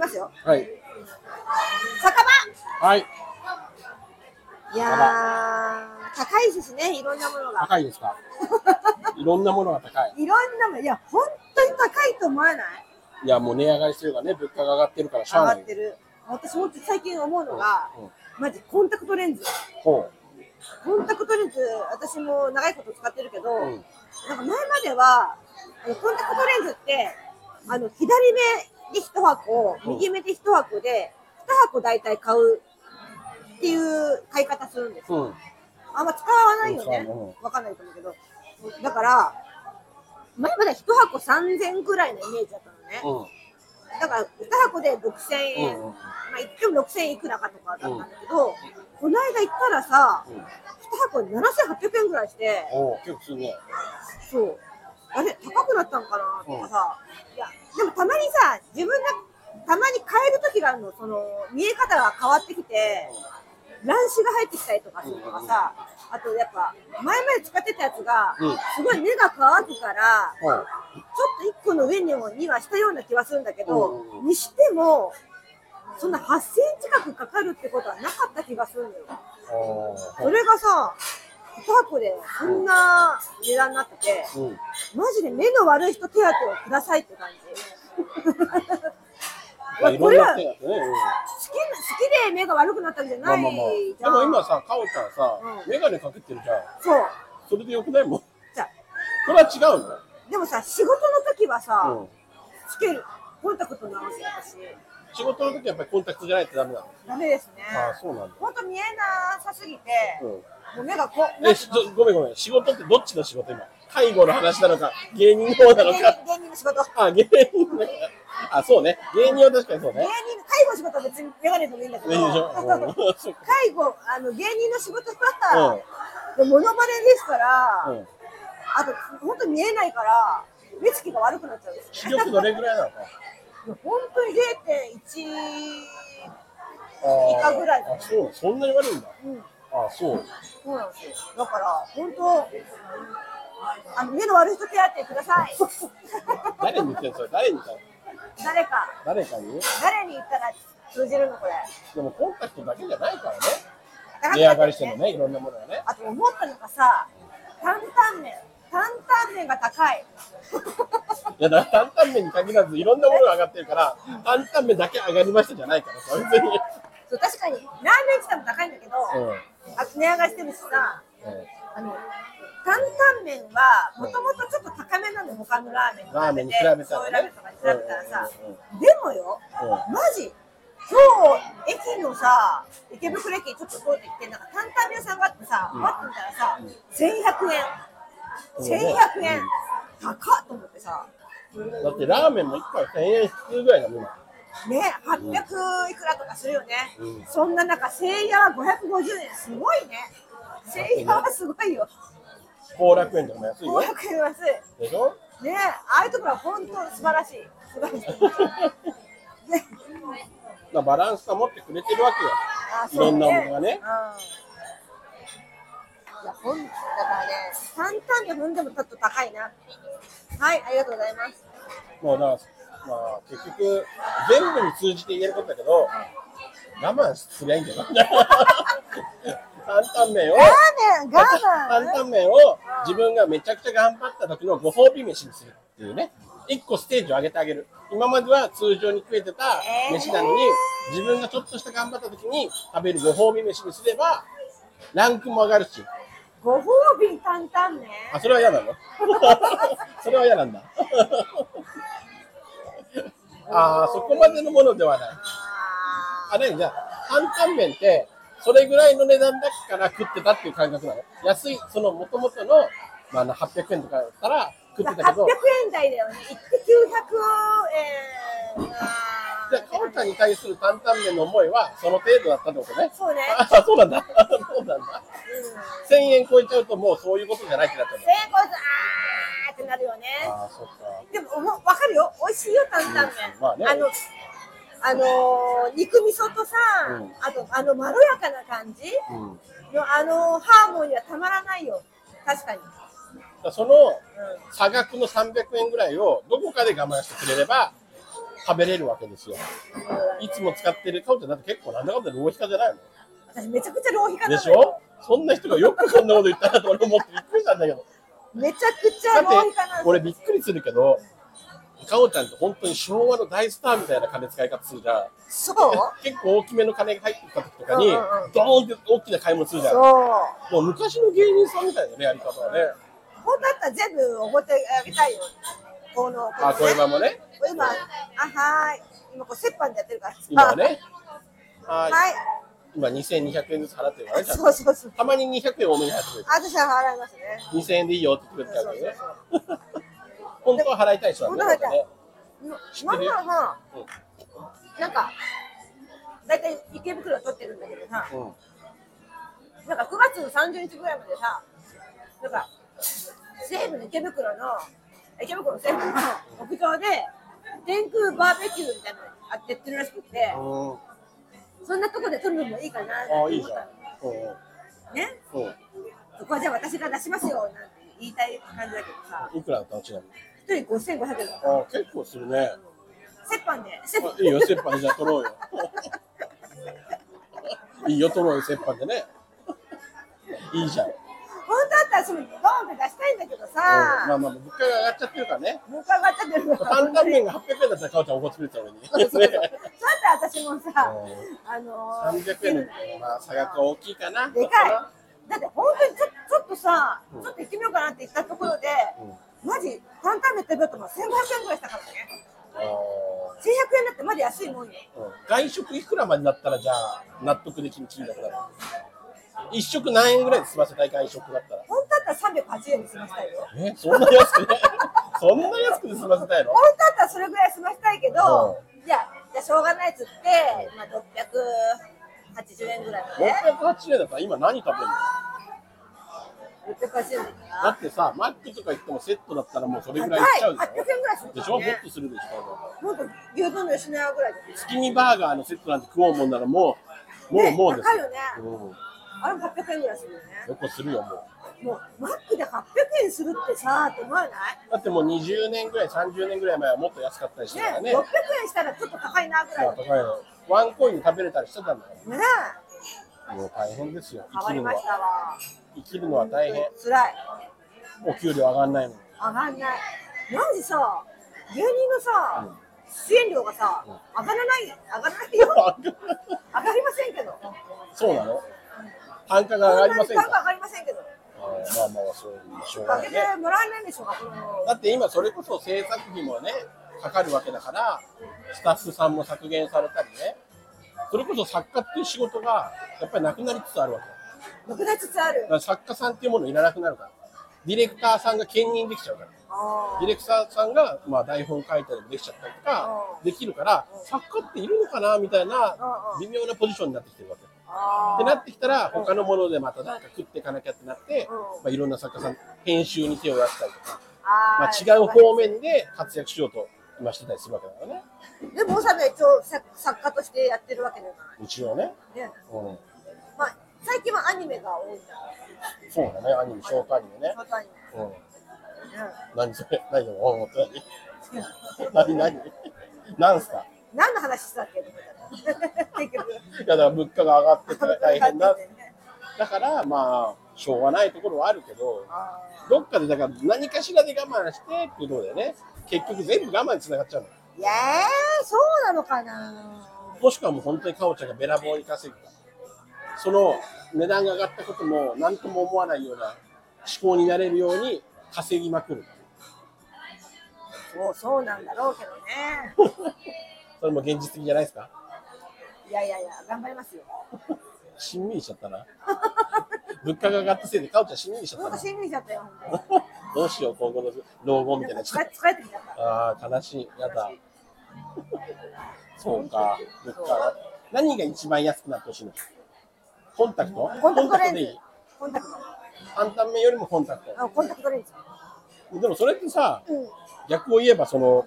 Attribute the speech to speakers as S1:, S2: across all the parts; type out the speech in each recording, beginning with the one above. S1: ますよ。
S2: はい。
S1: 酒
S2: はい。
S1: 場いやー、高いですね、いろんなものが。
S2: 高いですかいろんなものが高い。
S1: いろんなもの、いや、本当に高いと思わない
S2: いや、もう値上がりしてるからね、物価が上がってるからし
S1: 上
S2: ゃ
S1: が
S2: あな
S1: っ
S2: い
S1: て。る。私、本当に最近思うのが、
S2: うんうん
S1: マジコンタクトレンズ。
S2: ほ
S1: コンタクトレンズ、私も長いこと使ってるけど、
S2: う。うん。
S1: なんか前までは、あのコンタクトレンズって、あの左目で1箱、
S2: うん
S1: 右目で1箱で、2箱大体買うっていう買い方するんですよ。
S2: うん。
S1: あんま使わないよね
S2: 使わない。
S1: わかんないと思うけど。だから、前まで1箱3000ぐらいのイメージだったのね。
S2: うん。
S1: だから、2箱で6000
S2: う
S1: 円。
S2: ん。うん。
S1: まあ、行っても6000いくらかとかだったんだけど、この間行ったらさ、
S2: うん
S1: 2箱7800円ぐらいして、
S2: おう結構するね。
S1: そう。あれ、高くなったのかなとかさ、いや、でもたまにさ、自分がたまに変える時があるの、その、見え方が変わってきて、乱視が入ってきたりとかするとかさ、あとやっぱ、前まで使ってたやつが
S2: うん、
S1: すごい目が乾くから、
S2: ほう。
S1: ちょっと1個の上にもにはしたような気はするんだけど
S2: うんうん、うん
S1: にしても、そんな8センチ角かかるってことはなかった気がするのよ。
S2: お
S1: それがさ、1箱でそんな値段になってて、
S2: う。うん。
S1: マジで目の悪い人手当をくださいって感じ。
S2: まあ、いろんな手だってね。うん
S1: 好きな好きで目が悪くなったんじゃ
S2: ま
S1: な
S2: あ
S1: い
S2: まあまあ。
S1: じ
S2: で
S1: ゃん。
S2: も今さ、かおちゃんさ
S1: う、ん
S2: メガネかけてるじゃん。
S1: そう。
S2: それでよくないもん。
S1: じゃ
S2: それは違うの
S1: でもさ、仕事の時はさ、
S2: うん、
S1: つける、コンタクトなんですよ、私。
S2: 仕事の時はやっぱりコンタクトじゃないとダメなの。
S1: ダメですね。
S2: ああ、そうなんだ。
S1: ほんと見えなさすぎて、
S2: う
S1: もう目がこう、
S2: ん。
S1: なん
S2: え、
S1: てい
S2: し
S1: うの
S2: ごめんごめん。仕事ってどっちの仕事今介護の話なのか、芸人の方なの
S1: 芸人
S2: か。
S1: 芸人の仕事。
S2: あ、芸人のあ、そうね。芸人は確かにそう
S1: 芸
S2: ね
S1: 人。、介護の仕事は別にメガネでもいいんだけど、
S2: いいでしょうんそっか
S1: 介護、あの、芸人の仕事
S2: うん
S1: は、モノマネですから、
S2: うん。
S1: あと、本当に見えないから、目つきが悪くなっちゃうんですよ。
S2: 視力どれぐらいなのか。
S1: 本当に0.1、以下ぐらい
S2: ああ、そう。そんなに悪いんだ。
S1: うん、
S2: あそう。
S1: そうなんですよ。だから、本当、あの目の悪い人手当てください。
S2: 誰に言ってんのそれ誰に言ったの
S1: 誰か、
S2: 誰かに
S1: 誰に言ったら通じるのこれ。
S2: でもコンタクトだけじゃないからね。
S1: 高くなっ
S2: 値
S1: ちゃっ
S2: 上
S1: て
S2: がりしてるのね、いろんなものがね。
S1: あと思ったのがさ、担々麺、担々麺が高い。
S2: いやだから担々麺に限らずいろんなものが上がってるから担々麺だけ上がりましたじゃないからさ別に、
S1: そう確かに、ラーメン自体も高いんだけど、
S2: うんうん
S1: あ値上がりしてるしさ、あの、担々麺はもともとちょっと高めなの、他のラーメンと
S2: ラーメンに比べた
S1: そういう
S2: ら
S1: ラーメ
S2: ね
S1: ンとかに比べたらさ、
S2: うんうんうん
S1: でもよ、
S2: う
S1: マジ今日駅のさ池袋駅ちょっと通ってきてなんか担々麺屋さんがあってさ、
S2: うん
S1: パッと見たらさ、1100円1100円、高っと思ってさ
S2: だってラーメンも1杯1000円普通ぐらいだもん今
S1: ね800いくらとかするよね、
S2: うん
S1: そんな中せいやは550円すごいねせいやはすごいよ
S2: 後楽園とかも安いよ
S1: 500円安い
S2: でしょ
S1: ねああいうところは本当素晴らしい素晴らしい、ね、
S2: だからバランスは持ってくれてるわけ
S1: あ
S2: よいろんなもの
S1: う
S2: がね
S1: ん、いや、ほん、だからね、三単で踏んでもちょっと高いな。はい、ありがとうございます。
S2: もうだから、まあ、結局全部に通じて言えることだけど我慢すりゃいいん だよ担々麺を
S1: ラーメン、ガ
S2: 担
S1: ーマン。
S2: 々麺を自分がめちゃくちゃ頑張った時のご褒美飯にするっていうね一個ステージを上げてあげる今までは通常に食えてた飯なのに、自分がちょっとした頑張った時に食べるご褒美飯にすればランクも上がるし
S1: ご褒美担々麺。
S2: あそれは嫌なの それは嫌なんだ ああそこまでのものではない
S1: あ
S2: あ何じゃあ担々麺ってそれぐらいの値段だから食ってたっていう感覚なの安いそのもともとの、まああの、800円とかだったら食って
S1: ー
S2: たけ
S1: 八
S2: ど
S1: 百円台だよね。一滴九百円。
S2: じゃあかおちゃんに対する担々麺の思いはその程度だったってことね
S1: そうね。
S2: ああそうなんだそうなんだ
S1: うん。
S2: 1000円超えちゃうともうそういうことじゃないってなっちゃうの
S1: 成功ず、あーってなるよね。
S2: ああそっか
S1: でも、もうわかるよ。美味しいよ、担々麺。
S2: うんまあね
S1: あの、あのー肉味噌とさ、
S2: うん
S1: あと、あの、まろやかな感じ
S2: うんだか
S1: の、あのーハーモニーはたまらないよ。確かに。
S2: らその差額の300円ぐらいをどこかで我慢してくれれば食べれるわけですよ。いつも使ってる顔ってだって結構なんだかんだ浪費家じゃないの
S1: 私めちゃくちゃ浪費家
S2: で
S1: な
S2: し
S1: のよ
S2: ょそんな人がよくこんなこと言ったなと俺思ってびっくりしたんだけど。
S1: めちゃくちゃ
S2: だって
S1: 浪費家なの
S2: 俺びっくりするけど、かおちゃんって本当に昭和の大スターみたいな金使い方するじゃん。
S1: そう
S2: 結構大きめの金が入ってきた時とかに、
S1: うんうんうん
S2: ドーンって大きな買い物するじゃん。
S1: そう
S2: もう昔の芸人さんみたいなね、やり方はね。
S1: 本当だったら全部おごってあげたいよ。この、
S2: あ、これまもね、
S1: 今、あ、はーい。今、こう、折半でやってるから。
S2: 今は。ね。はい。
S1: はい。
S2: 今2200円ずつ払ってるからね、ちゃんと
S1: そうそうそう。
S2: たまに200円多めに払ってくれる。
S1: あ、私は払いますね。
S2: 2000円でいいよって言ってくれたからね
S1: そう。
S2: 本当は払いたい人なんだよね。
S1: まあ
S2: 知ってる
S1: まあまあ、
S2: うん
S1: なんか、だいたい池袋は取ってるんだけどさ、
S2: うん
S1: なんか9月の30日ぐらいまでさ、なんか、西武の池袋の、池袋の西武の屋上で、天空バーベキューみたいなのあってやってるらしくて、
S2: うん。
S1: そんなとこで撮るのもいいかなって
S2: あ
S1: 思
S2: あ、
S1: っ
S2: いいじゃ
S1: た
S2: ん。
S1: の
S2: う
S1: ね
S2: ん。うん。
S1: そこはじゃあ私が出しますよなんて言いたい感じだけどさ
S2: いくらだったのちなみに。
S1: 一人5500円だから
S2: ああ、結構するね。
S1: 折半で折半
S2: あいいよ、折半でじゃあ取ろうよ。いいよ、取ろうよ、折半でね。いいじゃん。うん
S1: 本当だったらそのドーンって出したいんだけどさ
S2: まあまあ、物価が上がっちゃってるからね。
S1: もう一回上がっちゃってるの
S2: 担々麺が800円だったら、かおちゃん怒ってくれてたのに。
S1: そうそうそうそうだっ
S2: ね
S1: たら私もさあのー
S2: 300円の、まあ、差額は大きいかな。
S1: でかいだって本当にちょちょっとさちょっと行ってみようかなって言ったところで
S2: うん。あ
S1: マジ担々麺食べようと思ったら1500円ぐらいしたからね
S2: あ。
S1: 1100円だってまだ安いもんよ
S2: 外食いくらまでだったらじゃあ納得できる金額だから一食何円ぐらいで済ませたい外食だったら
S1: 本当だったら380円で済ませたいよ
S2: えそんな安くね そんな安くで済ませたいの
S1: 本当だったらそれぐらい済ませたいけど、じゃあ、じゃあしょうがないっつって、まあ、680円ぐらいまで。
S2: 680円だったら今何食べるの
S1: 680円だか
S2: だ
S1: ら。
S2: ってさマックとか行ってもセットだったらもうそれぐ
S1: 高
S2: らい
S1: い
S2: いっちゃう
S1: 800円ぐらいするから
S2: でしょでしょ
S1: ね
S2: ホッ。とするでしょ
S1: もっと牛丼の吉野家ぐらいで。
S2: 月見バーガーのセットなんて食おうもんならもうもう
S1: ね
S2: もうです
S1: 高いよね
S2: うん
S1: あれも800円ぐらいするよね。
S2: よくするよもう
S1: もう、マックで800円するってさ、って思わない
S2: だってもう20年ぐらい30年ぐらい前はもっと安かったりしたから
S1: ね
S2: ね
S1: 600円したらちょっと高いなぐらい
S2: まあ
S1: だ
S2: 高
S1: ね
S2: いのワンコインで食べれたりしてたんだから
S1: ね
S2: もう大変ですよ。
S1: 変
S2: 生
S1: わ
S2: き
S1: り
S2: るの
S1: ま
S2: は
S1: したわ。
S2: 生きるのは大変。
S1: つらい。
S2: お給料上がんないの。
S1: 上がんない。なんでさ、芸人のさ、出演料がさ、上がらない、上がらないよ。上がりませんけど。
S2: そうなの？単価が上がりません
S1: そなに単価
S2: か？
S1: 上がりませんけど。
S2: あーまあまあそうしょうが
S1: 上
S2: な
S1: げ
S2: い
S1: て
S2: ね。
S1: もらえないんでしょうか、この。
S2: だって今それこそ制作費もねかかるわけだから、スタッフさんも削減されたりね。それこそ作家っていう仕事がやっぱりなくなりつつあるわけ。
S1: なくなりつつあ
S2: だ
S1: る
S2: か。ら作家さんっていうものいらなくなるから。ディレクターさんが兼任できちゃうから。
S1: あ
S2: ディレクターさんが、まあ、台本書いたりもできちゃったりとか
S1: う
S2: できるから作家っているのかなみたいな
S1: うんうん
S2: 微妙なポジションになってきてるわけ。っ
S1: あ。あ
S2: てなってきたら他のものでまた何か食っていかなきゃってなって
S1: うん、
S2: まあ、いろんな作家さん編集に手を出したりとか、ま
S1: あ
S2: あ、違う方面で活躍しようと今してたりするわけだからね
S1: でも、さ一応作作家としてやってるわけじゃな
S2: 一応ね、
S1: い。ね。
S2: うん、
S1: まあ、最近はアニメが多いから。
S2: そうだねアニメ紹介アニメね、
S1: 本当アニメ。
S2: うん、
S1: うん
S2: 何それ何それおー何何何何すか
S1: 何の話してたっけみたいな結局。
S2: いやだから物価が上がってて大変だ
S1: ね。
S2: だからまあしょうがないところはあるけど
S1: あ
S2: どっかでだから何かしらで我慢してっていうところでね結局全部我慢につながっちゃうの
S1: ーいやー、そうなのかな。
S2: もしくはもう本当にかおちゃんがべらぼうに稼ぐかその値段が上がったことも何とも思わないような思考になれるように稼ぎまくる
S1: そう、そうなんだろうけどね。
S2: それも現実的じゃないですか
S1: いやいやいや、頑張りますよ。
S2: しんみりしちゃったな 物価が上がったせいでかおちゃんしんみりしちゃっ
S1: なんか
S2: たな
S1: しんみりしちゃったよ。本
S2: どうしよう今後の老後
S1: 当
S2: み
S1: に
S2: た
S1: な
S2: いなんち
S1: か
S2: ょっ
S1: 疲れ疲れてきちゃった。
S2: とああ悲しいやだそうか物価上がった何が一番安くなってほしいのコンタクト
S1: コンタクトレンズ
S2: でいい
S1: コンタクト。
S2: 担々麺よりもコンタク
S1: あコンタクトレンズ。
S2: トでもそれってさ
S1: うん。
S2: 逆を言えばその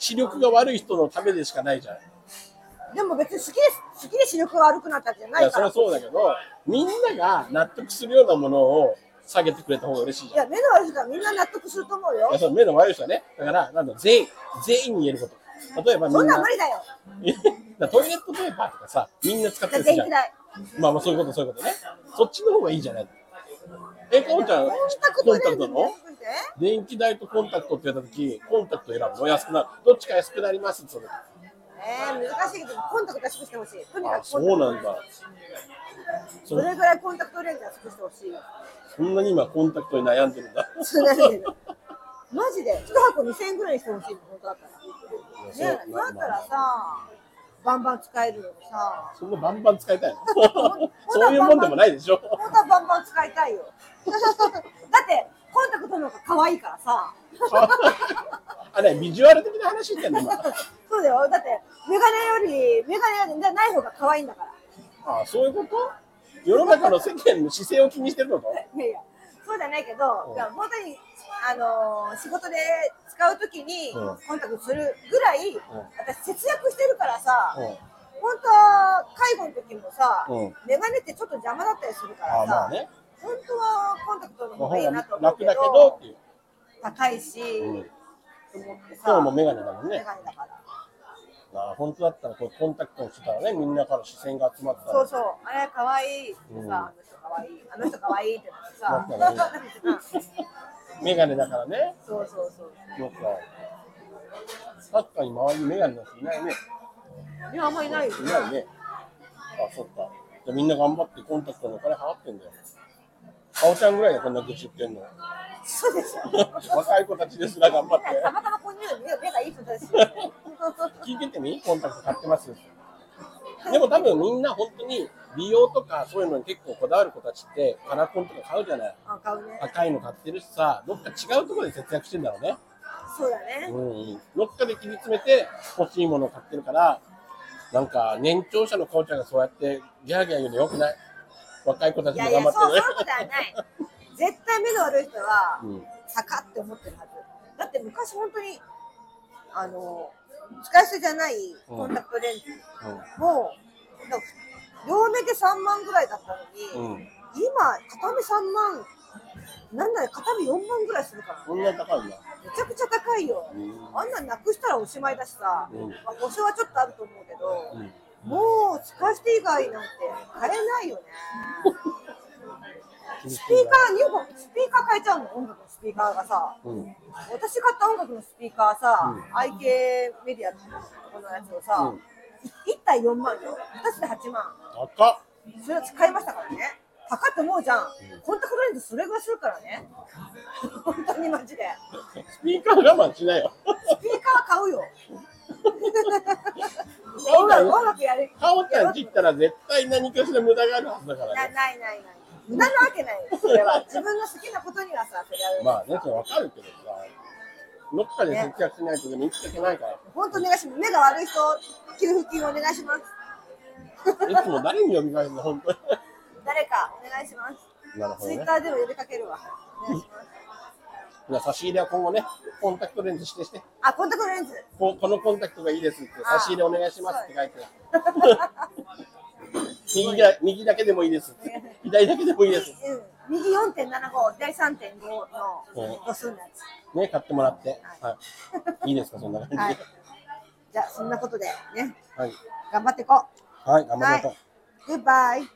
S2: 視力が悪い人のためでしかないじゃん。
S1: でも別に好きです。好きで視力が悪くなったわけじゃないい
S2: や
S1: か
S2: そり
S1: ら。
S2: ゃそうだけどみんなが納得するようなものを下げてくれた方が嬉しいじ
S1: い
S2: ゃん。い
S1: や、目の悪い人はみんな納得すると思うよ
S2: や。その目の悪い人はねだからなんだ全員全員に言えること例えばみ
S1: そん
S2: ん
S1: なん
S2: な
S1: 無理だよ。
S2: いやだから トイレットペーパーとかさみんな使っ
S1: 全
S2: てるじゃ
S1: 然
S2: ん
S1: 嫌い。
S2: まあまあそういうことそういうことねそっちの方がいいじゃないえかおちゃ
S1: そ
S2: ん
S1: んなこ
S2: コ
S1: と
S2: ン
S1: な
S2: タ
S1: い
S2: ク
S1: の
S2: ト
S1: に
S2: の電気代とコンタクトってやった時コンタクト選ぶの安くなるどっちか安くなりますってそれ
S1: えー、難しいけど、コンタクトは低くしてほしい。とにか
S2: あ
S1: くコ
S2: そ
S1: ンタク
S2: う
S1: ト。
S2: なんだ
S1: そ
S2: そ
S1: れぐらいコンタクトレンズは低くしてほしい。
S2: そんなに今コンタクトに悩んでるんだ
S1: そうなんだよ マジで、一箱2000円ぐらいにしてほしいの、本当だったら。ね
S2: いや
S1: え、
S2: そう
S1: だったらさ、バンバン使えるのにさ、
S2: そんなバンバン使いたいの
S1: 本当は
S2: そういうもんでもないでしょ
S1: 本当はバンバン使いたいよ。 だって、コンタクトの方が可愛いからさ、
S2: あれビジュアル的な話ってんの今
S1: そうだよ、だって、メガネより、メガネじゃない方が可愛いんだから。
S2: あそういうこと世の中の世間の姿勢を気にしてるのか
S1: いやいや、そうじゃないけど、
S2: うん
S1: いや本当に、あのー仕事で使うときに
S2: うん
S1: コンタクトするぐらい、私節約してるからさ、
S2: うん
S1: 本当は介護の時もさ、
S2: うん
S1: メガネってちょっと邪魔だったりするから
S2: あま
S1: さ、
S2: あね
S1: 本当はコンタクトの
S2: の
S1: 方がいい
S2: 方
S1: な
S2: が
S1: と思う
S2: 楽
S1: け
S2: だ
S1: ど
S2: けどっていう、
S1: 高いし、
S2: うん、
S1: と思ってさ
S2: 今日もメガネだもん
S1: メ
S2: ね
S1: ガネだから。
S2: まあ本当だったらこうコンタクトをしてたらねみんなから視線が集まってた
S1: そう
S2: ら
S1: そう、あれ可愛いってさ、
S2: うん
S1: あの人可愛い、あの人可愛いってなってさ、
S2: なったメガネだからね
S1: そうそうそう。
S2: よくは確かに周りにメガネの人いないね
S1: いや、あんまりないよ
S2: いないねあそっかじゃあみんな頑張ってコンタクトのお金払ってんだよかおちゃんぐらいでこんな愚痴言ってんの
S1: そうでしょ。
S2: 若い子たちですら頑張って
S1: たまたまこういうの目がいい人だ し。
S2: 聞いててみコンタクト買ってますでも多分みんな本当に美容とかそういうのに結構こだわる子たちってカラコンとか買うじゃない
S1: あ、買うね。
S2: 高いの買ってるしさどっか違うところで節約してんだろうね
S1: そうだね
S2: う。んどっかで切り詰めて欲しいものを買ってるからなんか年長者のかおちゃんがそうやってギャーギャー言うのよくない若い子た
S1: い
S2: ちも
S1: やいや、
S2: 頑張
S1: そ
S2: っ
S1: う、
S2: て
S1: そう
S2: る
S1: いうことはない。絶対目の悪い人は、
S2: ね
S1: 高って思ってるはず。だって昔本当に、あの、使い捨てじゃないコンタクトレンズも、なんか両目で3万ぐらいだった
S2: うん
S1: のに、
S2: うんうん
S1: 今、片目3万、なんなら片目4万ぐらいするから
S2: こんなに高いんだ
S1: めちゃくちゃ高いよ。
S2: うん
S1: あんなんなくしたらおしまいだしさ、
S2: うん
S1: まあ、保証はちょっとあると思うけど、
S2: うん
S1: もう使い捨て以外なんて買えないよね。スピーカー
S2: 厳しいな
S1: 2本、スピーカー変えちゃうの、音楽のスピーカーがさ。
S2: うん
S1: 私買った音楽のスピーカーさ、
S2: う
S1: IK メディアのこのやつをさ、
S2: うん
S1: 1体4万よ、2つで8万。
S2: 高っ
S1: それを使いましたからね。高って思うじゃん。コンタクトレンズそれぐらいするからね。本当にマジで。
S2: スピーカー我慢しなよ
S1: スピーカーは買うよ。音楽音楽やる。
S2: かおちゃん切ったら絶対何かしら無駄があるはずだか
S1: な
S2: らね。
S1: ないないない。無駄なわけないよ。それは自分の好きなことにはさ、それは。
S2: まあね、それわかるけどさ、どっかで節約しないとでも生きていけないから、
S1: 本当お願いします。目が悪い人、給付金お願いします。
S2: いつも誰に呼びかけるの、 本当に。
S1: 誰かお願いします。
S2: なるほど
S1: ツイッ
S2: ね
S1: タ。ーでも呼びかけるわ。お願いします。
S2: じゃあ差し入れは今後ね、コンタクトレンズしてして、
S1: あ、コンタクトレンズ。
S2: ここのコンタクトがいいですって、差し入れお願いしますって書いて。 右だ右だけでもいいです。左だけでもいいです。
S1: うん、右4.75、左3.5の度数のやつ。
S2: ね、買ってもらって。はい。いいですか、そんな感じで。
S1: はい。じゃあ、そんなことでね、
S2: はい。
S1: 頑張っていこ
S2: はい、頑張りましょう。
S1: う。グッバイ。